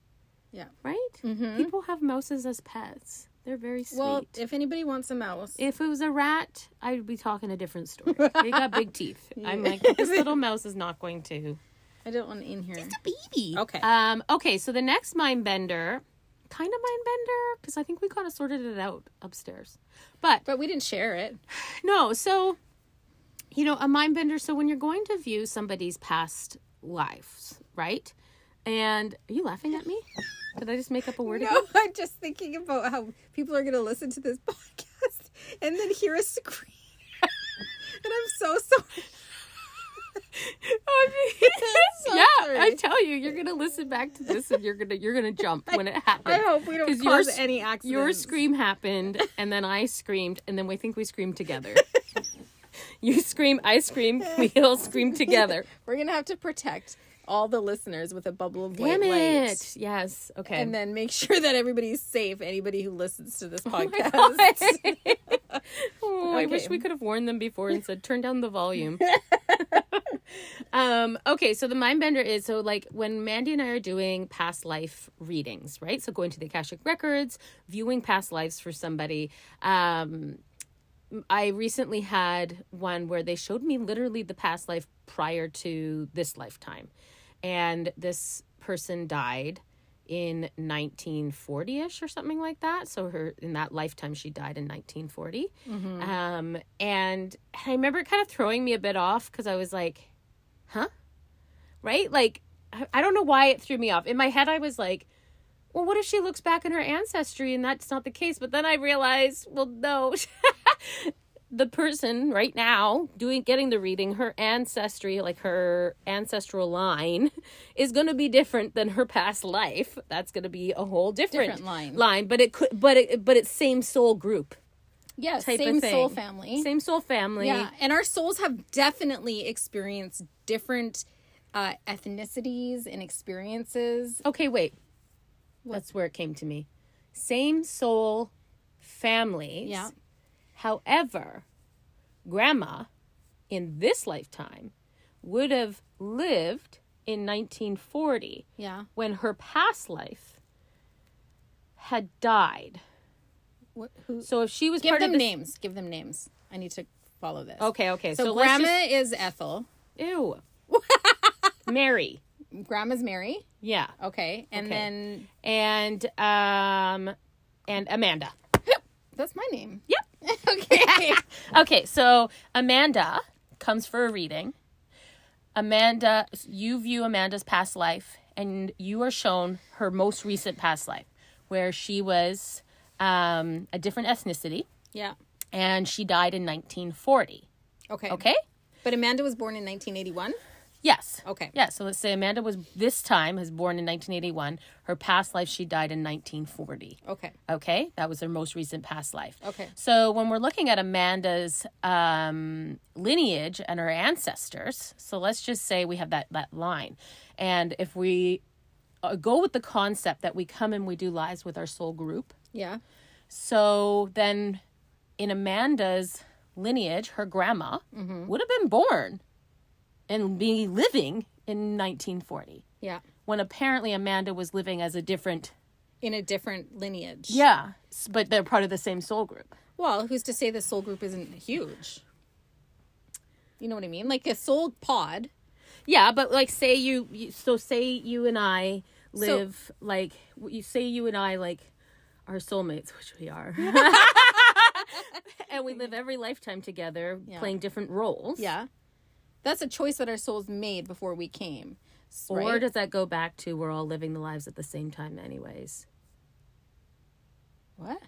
S2: Yeah.
S1: right? People have mouses as pets. They're very sweet.
S2: Mm-hmm. Well, if anybody wants a mouse,
S1: If it was a rat, I'd be talking a different story. They got big teeth. I'm like, this little mouse is not going to.
S2: I don't want it in here.
S1: Baby.
S2: Okay.
S1: Um. Okay. So the next mind bender, kind of mind bender, because I think we kind of sorted it out upstairs. But
S2: But we didn't share it.
S1: no. So, you know, a mind bender. So when you're going to view somebody's past lives, right? And are you laughing at me? Did I just make up a word? again?
S2: [LAUGHS] No, I'm just thinking about how people are going to listen to this [LAUGHS] podcast and then hear us scream. [LAUGHS] and I'm so sorry.
S1: [LAUGHS]
S2: [LAUGHS] so
S1: yeah,
S2: sorry.
S1: I tell you, you're gonna listen back to this and you're gonna you're gonna jump when it happens.
S2: [LAUGHS] I hope we don't
S1: 'Cause
S2: cause
S1: your s-
S2: any accidents.
S1: Your scream
S2: [LAUGHS]
S1: happened, and then I screamed, and then we think we screamed together. you scream, I scream, we all scream
S2: [LAUGHS]
S1: together.
S2: We're going to have to protect all the listeners with a bubble of
S1: Damn
S2: white light.
S1: it! Yes. Okay.
S2: And then make [LAUGHS] sure that everybody's safe, anybody who listens [LAUGHS] to this podcast.
S1: oh, I wish
S2: Okay.
S1: we could have warned them before and said, turn down the volume. um, okay, so the mind bender is so like when Mandy and I are doing past life readings, right? So going to the Akashic Records, viewing past lives for somebody. Um, I recently had one where they showed me literally the past life prior to this lifetime. And this person died in 1940ish or something like that. So her in that lifetime she died in 1940. Um and I remember it kind of throwing me a bit off cuz I was like, "Huh?" Right? Like I- I don't know why it threw me off. In my head I was like, well, what if she looks back in her ancestry and that's not the case? But then I realized, well, no, [LAUGHS] the person right now doing getting the reading, her ancestry, like her ancestral line, is going to be different than her past life. That's going to be a whole different,
S2: Different line.
S1: line, but it could, but it, but it's same soul group,
S2: yeah,
S1: type of
S2: same soul
S1: thing.
S2: family.
S1: same soul family.
S2: Yeah, and our souls have definitely experienced different uh, ethnicities and experiences.
S1: Okay, wait. That's where it came to me. Same soul families.
S2: Yeah.
S1: However, grandma in this lifetime would have lived in 1940
S2: Yeah.
S1: when her past life had died.
S2: What, who,
S1: So if she was
S2: Give
S1: part
S2: them
S1: of this,
S2: names. Give them names. I need to follow this.
S1: Okay, okay.
S2: So,
S1: So, let's
S2: grandma is Ethel.
S1: just,
S2: [LAUGHS]
S1: ew. Mary.
S2: Grandma's Mary.
S1: Yeah.
S2: Okay. And
S1: Okay.
S2: then
S1: And um and Amanda.
S2: that's my name.
S1: Yep.
S2: [LAUGHS] Okay.
S1: Okay, so Amanda comes for a reading. Amanda, you view Amanda's past life, and you are shown her most recent past life, where she was um, a different ethnicity,
S2: yeah.
S1: and she died in 1940.
S2: Okay.
S1: Okay,
S2: But Amanda was born in 1981.
S1: Yes.
S2: Okay.
S1: Yeah. So let's say Amanda was this time is born in 1981. Her past life, she died in 1940.
S2: Okay.
S1: Okay, that was her most recent past life.
S2: Okay.
S1: So when we're looking at Amanda's um, lineage and her ancestors, so let's just say we have that that line, and if we uh, go with the concept that we come and we do lives with our soul group,
S2: Yeah.
S1: so then in Amanda's lineage, her grandma would have been born and be living in 1940
S2: Yeah.
S1: when apparently Amanda was living as a different
S2: In a different lineage.
S1: yeah, s- but they're part of the same soul group.
S2: Well, who's to say the soul group isn't huge? You know what I mean? Like a soul pod.
S1: Yeah, but like say you, you so say you and I live like w- you say you and I like are soulmates, which we [LAUGHS] are. and we live every lifetime together playing different roles.
S2: Yeah. That's a choice that our souls made before we came. S-
S1: Or
S2: right?
S1: does that go back to we're all living the lives at the same time anyways?
S2: what?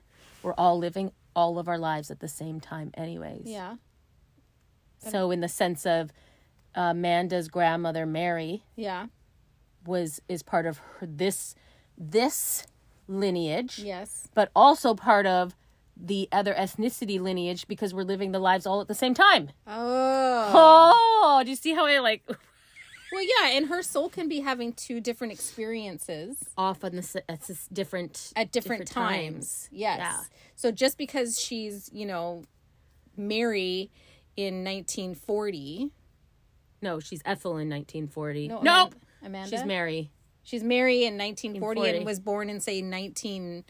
S1: We're all living all of our lives at the same time anyways.
S2: Yeah.
S1: So in the sense of uh, Amanda's grandmother Mary
S2: Yeah.
S1: was is part of her, this this lineage.
S2: Yes.
S1: but also part of the other ethnicity lineage because we're living the lives all at the same time.
S2: Oh.
S1: Oh, do you see how I like [LAUGHS]
S2: Well, yeah, and her soul can be having two different experiences.
S1: off on this? It's this different
S2: at different,
S1: Different
S2: times.
S1: times.
S2: Yes.
S1: Yeah.
S2: So just because she's, you know, Mary in 1940.
S1: No, she's Ethel in 1940. No,
S2: No, Amanda- Amanda.
S1: she's Mary.
S2: She's Mary in 1940
S1: 1940.
S2: and was born in say 19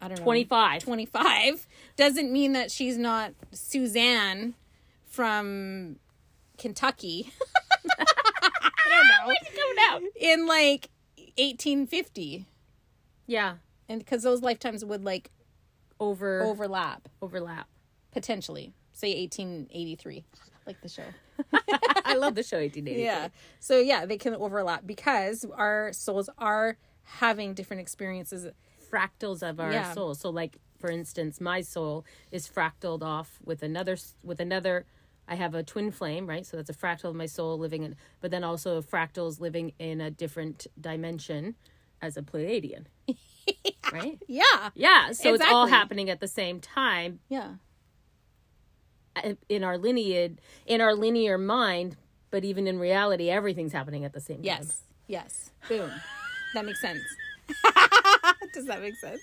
S2: I don't know.
S1: 25.
S2: 25 doesn't mean that she's not Suzanne from Kentucky [LAUGHS]
S1: I don't know. Coming out.
S2: in like 1850
S1: Yeah,
S2: and cuz those lifetimes would like
S1: over,
S2: overlap
S1: overlap. [LAUGHS]
S2: potentially. Say 1883 like the show.
S1: I love the show [LAUGHS] 1880.
S2: Yeah. So yeah, they can overlap because our souls are having different experiences.
S1: Fractals of our
S2: Yeah.
S1: soul. So, like for instance, my soul is fractaled off with another s- with another. I have a twin flame, right? So that's a fractal of my soul living in, but then also fractals living in a different dimension as a
S2: [LAUGHS]
S1: Pleiadian, right?
S2: Yeah.
S1: Yeah. So it's all
S2: Exactly.
S1: happening at the same time, uh,
S2: Yeah.
S1: in our lineage in our linear mind but even in reality everything's happening at the same time
S2: Yes. Yes. Boom. that makes [LAUGHS] sense. Does that make sense?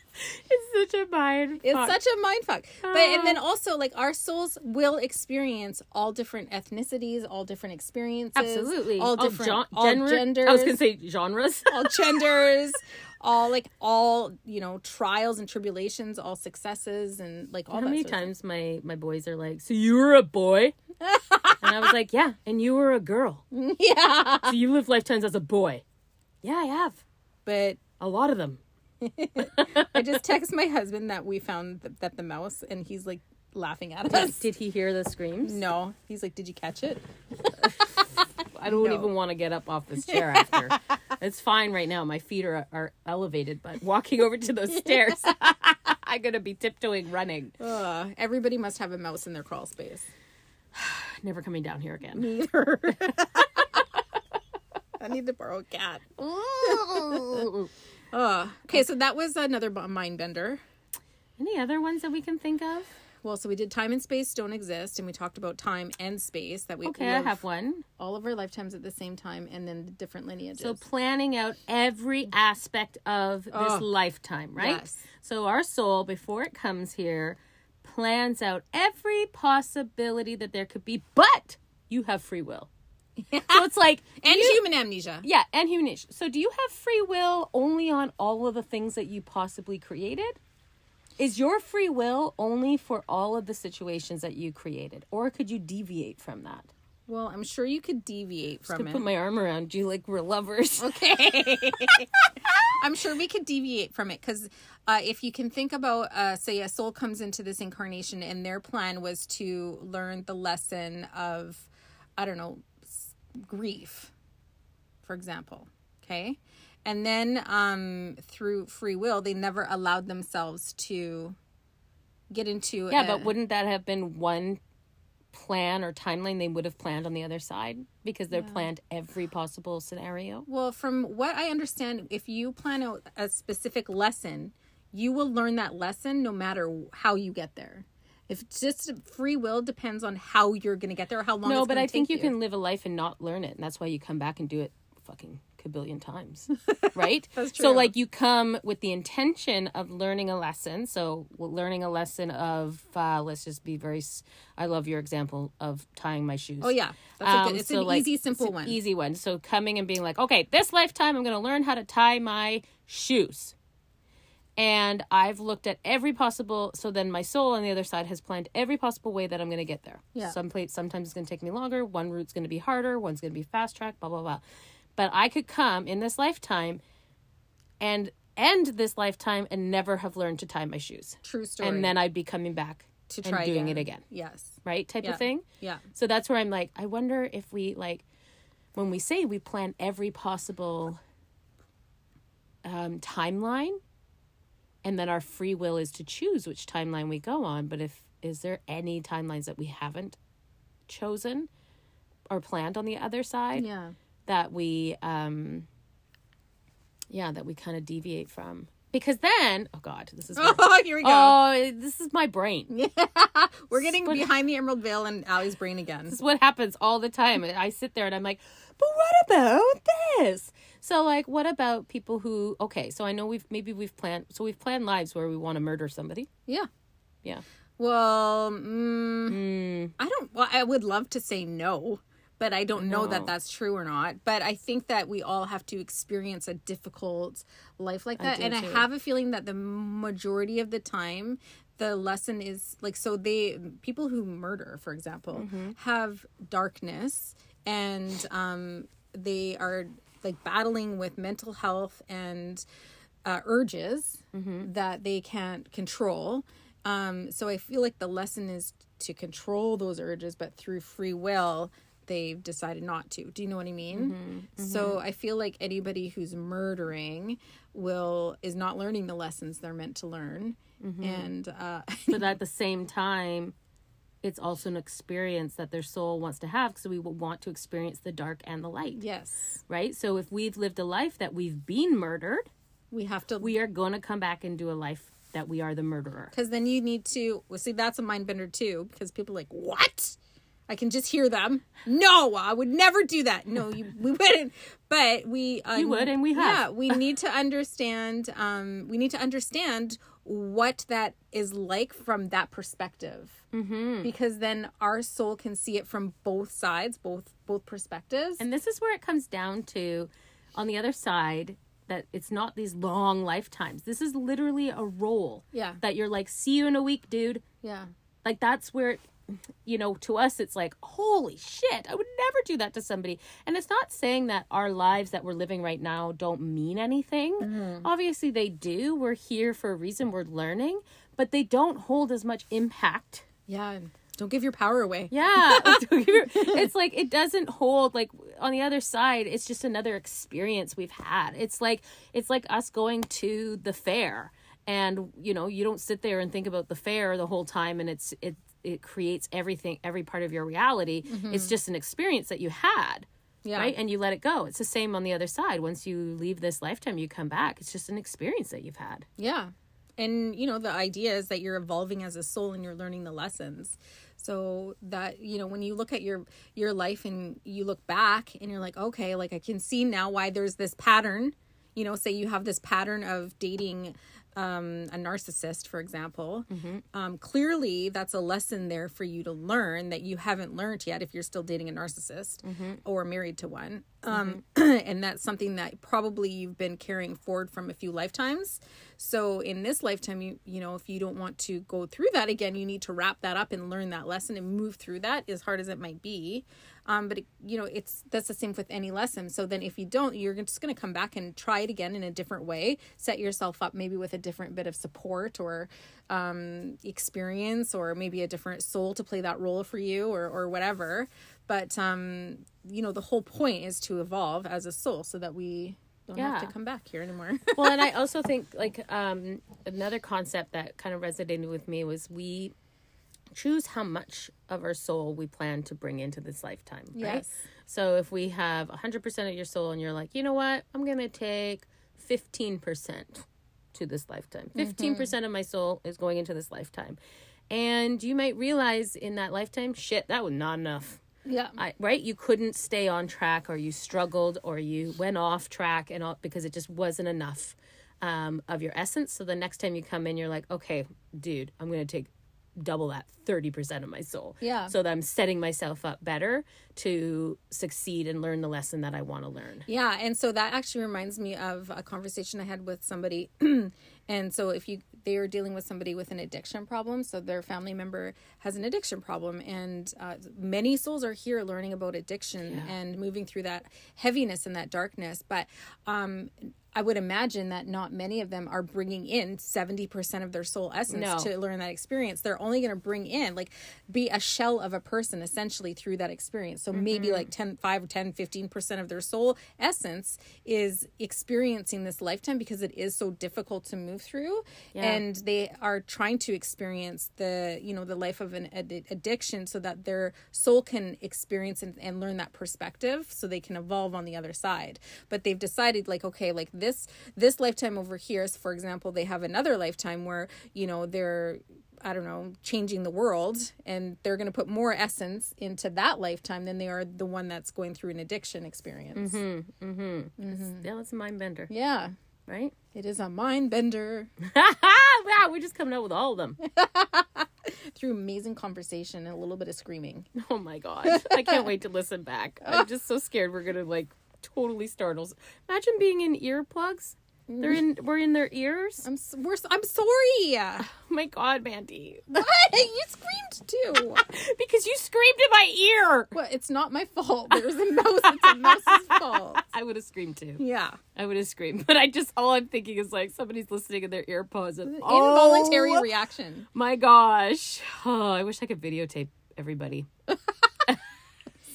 S1: it's such a mind
S2: It's
S1: fuck.
S2: such a mind fuck. But and then also like our souls will experience all different ethnicities, all different experiences,
S1: absolutely
S2: all different
S1: gen-
S2: all
S1: genre-
S2: genders,
S1: i was gonna say [LAUGHS] genres
S2: all genders, all like all you know trials and tribulations, all successes, and like all
S1: how
S2: that
S1: many
S2: sort of thing.
S1: times my my boys are like so you were a [LAUGHS] boy and i was like yeah and you were a girl
S2: yeah,
S1: so you lived lifetimes as a boy yeah i have
S2: but
S1: a lot of them
S2: I just text my husband that we found th- that the mouse, and he's like laughing at us. [LAUGHS]
S1: did he hear the screams
S2: No, he's like, "Did you catch it?"
S1: i don't
S2: No.
S1: even want to get up off this [LAUGHS] chair after it's fine right now my feet are are elevated but walking over to [LAUGHS] those stairs i'm gonna be tiptoeing running
S2: Ugh, everybody must have a mouse in their crawl space.
S1: never coming down here again. [LAUGHS]
S2: I need to borrow a cat.
S1: Any
S2: Ugh. Okay, so that was another b- mind bender.
S1: other ones that we can think of?
S2: Well, so we did time and space don't exist, and we talked about time and space that we
S1: Okay,
S2: live
S1: I have one.
S2: all of our lifetimes at the same time, and then the different lineages.
S1: So planning out every aspect of this lifetime, right?
S2: Oh, Yes.
S1: So our soul before it comes here plans out every possibility that there could be, but you have free will.
S2: [LAUGHS]
S1: so it's like
S2: and human amnesia.
S1: yeah, and human nature. So do you have free will only on all of the things that you possibly created? Is your free will only for all of the situations that you created, or could you deviate from that?
S2: Well, I'm sure you could deviate from
S1: Put
S2: it.
S1: my arm around you like we're lovers.
S2: Okay. I'm sure we could deviate from it because uh, if you can think about, uh, say, a soul comes into this incarnation and their plan was to learn the lesson of, I don't know, s- grief, for example. Okay. And then um, through free will, they never allowed themselves to get into
S1: Yeah,
S2: a-
S1: but wouldn't that have been one plan or timeline they would have planned on the other side because they're planned every possible scenario.
S2: Well, from what I understand, if you plan out a specific lesson, you will learn that lesson no matter how you get there. If just free will depends on how you're going to get there or how long.
S1: No,
S2: it's
S1: but
S2: gonna
S1: I think
S2: take
S1: you can live a life and not learn it, and that's why you come back and do it fucking kabillion
S2: [LAUGHS]
S1: times, right?
S2: That's
S1: So
S2: true.
S1: like you come with the intention of learning a lesson. So well, learning a lesson of uh, let's just be very. s- I love your example of tying my shoes.
S2: Oh yeah, that's a
S1: Um,
S2: good, it's
S1: so,
S2: an
S1: like,
S2: easy, simple
S1: it's an
S2: one.
S1: Easy one. So coming and being like, okay, this lifetime I'm going to learn how to tie my shoes. And I've looked at every possible. So then my soul on the other side has planned every possible way that I'm going to get there.
S2: Yeah.
S1: Some place, sometimes it's going to take me longer. One route's going to be harder. One's going to be fast track. Blah blah blah. But I could come in this lifetime, and end this lifetime and never have learned to tie my shoes.
S2: True story.
S1: And then I'd be coming back
S2: to
S1: and
S2: try
S1: doing it again,
S2: Yes.
S1: right? Type
S2: Yeah.
S1: of thing.
S2: Yeah.
S1: So that's where I'm like, I wonder if we like when we say we plan every possible um, timeline, and then our free will is to choose which timeline we go on. But if is there any timelines that we haven't chosen or planned on the other side
S2: Yeah. [LAUGHS]
S1: that we, um, yeah, that we kind of deviate from? Because then, oh God, this is weird.
S2: [LAUGHS] Oh, here we go.
S1: oh, this is my brain.
S2: We're getting behind the Emerald Veil and Allie's brain
S1: [LAUGHS]
S2: again.
S1: is what happens all the time. And I sit there and I'm like, but what about this? So like, what about people who? Okay, so I know we've maybe we've planned. So we've planned lives where we want to murder somebody.
S2: Yeah.
S1: Yeah.
S2: Well, mm, I don't. Well, I would love to say no, but I don't know that
S1: No.
S2: that's true or not. But I think that we all have to experience a difficult life like that,
S1: do
S2: and I
S1: too.
S2: have a feeling that the majority of the time, the lesson is like so. They people who murder, for example,
S1: Mm-hmm.
S2: have darkness, and um, they are like battling with mental health and uh, urges that they can't control. Um, so I feel like the lesson is to control those urges, but through free will, they've decided not to. Do you know what I mean? So I feel like anybody who's murdering will is not learning the lessons they're meant to learn, and uh, [LAUGHS]
S1: But at the same time, it's also an experience that their soul wants to have because we will want to experience the dark and the light,
S2: yes,
S1: right? So if we've lived a life that we've been murdered,
S2: we have to.
S1: we are going to come back and do a life that we are the murderer.
S2: because then you need to well, see that's a mind bender too because people are like what i can just hear them no i would never do that
S1: [LAUGHS]
S2: no you we wouldn't but we uh,
S1: would, and we
S2: yeah
S1: have.
S2: we need to understand um we need to understand what that is like from that perspective mm-hmm. because then our soul can see it from both sides both both perspectives
S1: And this is where it comes down to on the other side that it's not these long lifetimes. This is literally a role.
S2: Yeah.
S1: That you're like, see you in a week, dude.
S2: yeah
S1: Like that's where you know, to us it's like, holy shit, I would never do that to somebody. And it's not saying that our lives that we're living right now don't mean anything. Obviously they do. We're here for a reason, we're learning, but they don't hold as much impact
S2: yeah don't give your power [LAUGHS] away
S1: yeah. it's like it doesn't hold like on the other side, it's just another experience we've had. It's like it's like us going to the fair and you know, you don't sit there and think about the fair the whole time and it's it it creates everything every part of your reality. It's just an experience that you had.
S2: Yeah.
S1: Right? And you let it go. It's the same on the other side. Once you leave this lifetime, you come back. It's just an experience that you've had.
S2: Yeah. And you know, the idea is that you're evolving as a soul and you're learning the lessons. So that, you know, when you look at your your life and you look back and you're like, okay, like I can see now why there's this pattern. You know, say you have this pattern of dating um, a narcissist, for example. Um, clearly, that's a lesson there for you to learn that you haven't learned yet if you're still dating a narcissist or married to one. Um, [CLEARS THROAT] and that's something that probably you've been carrying forward from a few lifetimes. So in this lifetime, you you know, if you don't want to go through that again, you need to wrap that up and learn that lesson and move through that as hard as it might be. Um, but it, you know, it's that's the same with any lesson. So then, if you don't, you're just going to come back and try it again in a different way. Set yourself up maybe with a different bit of support or um, experience, or maybe a different soul to play that role for you, or or whatever. But um, you know, the whole point is to evolve as a soul, so that we don't have
S1: Yeah.
S2: to come back here anymore. [LAUGHS]
S1: well, and I also think like um, another concept that kind of resonated with me was we choose how much of our soul we plan to bring into this lifetime. Right?
S2: Yes.
S1: So if we have 100% of your soul and you're like, you know what? I'm going to take 15% to this lifetime. 15% percent of my soul is going into this lifetime. And you might realize in that lifetime, shit, that was not enough.
S2: Yeah.
S1: I, right? You couldn't stay on track, or you struggled, or you went off track, and all because it just wasn't enough um, of your essence. So the next time you come in, you're like, okay, dude, I'm gonna take double that 30% of my soul.
S2: Yeah.
S1: So that I'm setting myself up better to succeed and learn the lesson that I want to learn.
S2: Yeah, and so that actually reminds me of a conversation I had with somebody. [CLEARS THROAT] and so if you they are dealing with somebody with an addiction problem, so their family member has an addiction problem, and uh, many souls are here learning about addiction and moving through that heaviness and that darkness. But um, I would imagine that not many of them are bringing in seventy percent of their soul essence
S1: No.
S2: to learn that experience. They're only going to bring in like be a shell of a person essentially through that experience. So maybe like 10 5 or 10 15% of their soul essence is experiencing this lifetime because it is so difficult to move through and they are trying to experience the you know the life of an ad- addiction so that their soul can experience and, and learn that perspective so they can evolve on the other side but they've decided like okay like this this lifetime over here so for example they have another lifetime where you know they're I don't know, changing the world, and they're going to put more essence into that lifetime than they are the one that's going through an addiction experience.
S1: Yeah, that's a mind bender,
S2: Mm. Yeah,
S1: right? Ah,
S2: it is a mind bender [LAUGHS]
S1: wow, we're just coming out with all of them.
S2: through amazing conversation and a little bit of screaming.
S1: [LAUGHS] Oh my god. I can't wait to listen back. I'm just so scared we're gonna like totally startle. s- Imagine being in earplugs. They're in we're in their ears.
S2: I'm s- we're, s- I'm sorry.
S1: Oh my god, Mandy.
S2: What? you screamed too.
S1: Because you screamed in my ear.
S2: well, it's not my fault. There's a mouse. It's a [LAUGHS] mouse's fault.
S1: I would have screamed too.
S2: Yeah,
S1: I would have screamed. But I just all I'm thinking is like somebody's listening in their earpods and
S2: involuntary
S1: oh,
S2: reaction.
S1: My gosh. Oh, I wish I could videotape
S2: [LAUGHS]
S1: everybody.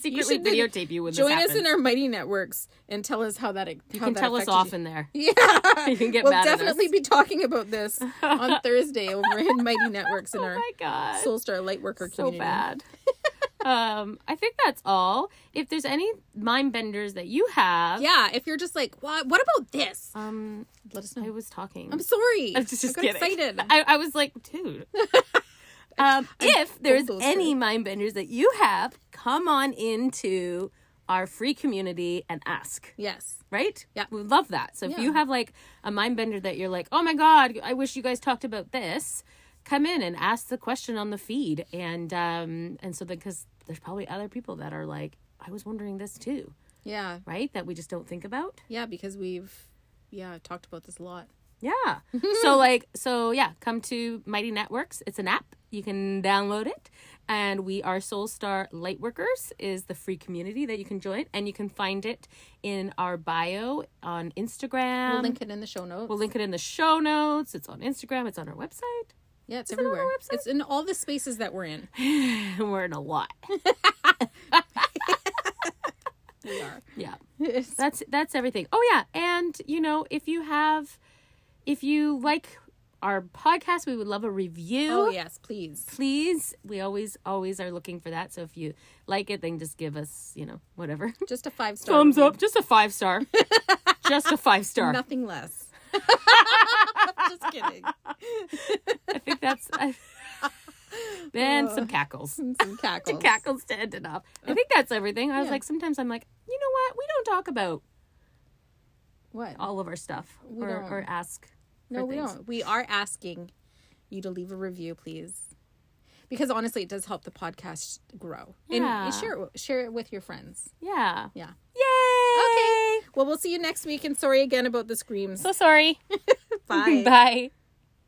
S1: Secretly
S2: should do-
S1: videotape you when
S2: Join
S1: this
S2: us
S1: happens.
S2: in our mighty networks and tell us how that. You
S1: you can tell us off in there.
S2: [LAUGHS] Yeah.
S1: You can get
S2: we'll
S1: mad at us.
S2: definitely be talking
S1: [LAUGHS]
S2: about this on Thursday over in Mighty Networks in
S1: Oh
S2: our
S1: my god.
S2: Soul Star Lightworker
S1: so
S2: community. [LAUGHS]
S1: bad. um, I think that's all. If there's any mind benders that you have,
S2: Yeah, if you're just like, what, what about this?
S1: um,
S2: Let us
S1: I
S2: know.
S1: was talking.
S2: I'm sorry.
S1: I was [LAUGHS] just,
S2: I got
S1: kidding.
S2: excited.
S1: [LAUGHS] I, I was like,
S2: [LAUGHS]
S1: dude. um, if there's
S2: bulldozer.
S1: any mind benders that you have, come on into our free community and ask.
S2: yes.
S1: Right?
S2: Yeah.
S1: We love that. So if
S2: Yeah.
S1: you have like a mind bender that you're like, oh my God, I wish you guys talked about this, come in and ask the question on the feed. And um and so because there's probably other people that are like, I was wondering this too,
S2: Yeah.
S1: right? That we just don't think about.
S2: Yeah, because we've yeah, talked about this a lot. [LAUGHS]
S1: Yeah. so like so yeah, come to Mighty Networks. It's an app. You can download it. And we are Soulstar Lightworkers is the free community that you can join and you can find it in our bio on Instagram.
S2: We'll link it in the show notes.
S1: Um, We'll link it in the show notes. It's on Instagram. It's on our website. [LAUGHS]
S2: yeah, it's
S1: on our
S2: everywhere.
S1: website?
S2: It's in all the spaces that we're in.
S1: And we're in a lot.
S2: We are.
S1: Yeah.
S2: [LAUGHS] It's-
S1: That's that's everything. Oh yeah. And you know, if you have if you like our podcast, we would love a review.
S2: oh yes, please.
S1: Please. We always, always are looking for that. So if you like it, then just give us, you know, whatever. [LAUGHS]
S2: Just a five star.
S1: Thumbs up. Just a five
S2: [LAUGHS]
S1: star. just a five star. [LAUGHS]
S2: Nothing less. just kidding.
S1: I think that's
S2: [LAUGHS]
S1: I, [LAUGHS] then
S2: Uh,
S1: some cackles.
S2: Some
S1: [LAUGHS]
S2: cackles.
S1: cackles to end it off. I think that's everything. I was
S2: uh, Yeah.
S1: like, sometimes I'm like, you know what? We don't talk about
S2: What?
S1: all of our stuff or,
S2: don't.
S1: or ask. for
S2: No, we
S1: things.
S2: don't. We are asking you to leave a review, please. Because honestly, it does help the podcast grow.
S1: Yeah.
S2: And share it, w- share it with your friends.
S1: Yeah.
S2: Yeah.
S1: Yay!
S2: Well, we'll see you next week. And sorry again about the screams.
S1: So sorry.
S2: Bye.
S1: [LAUGHS] Bye.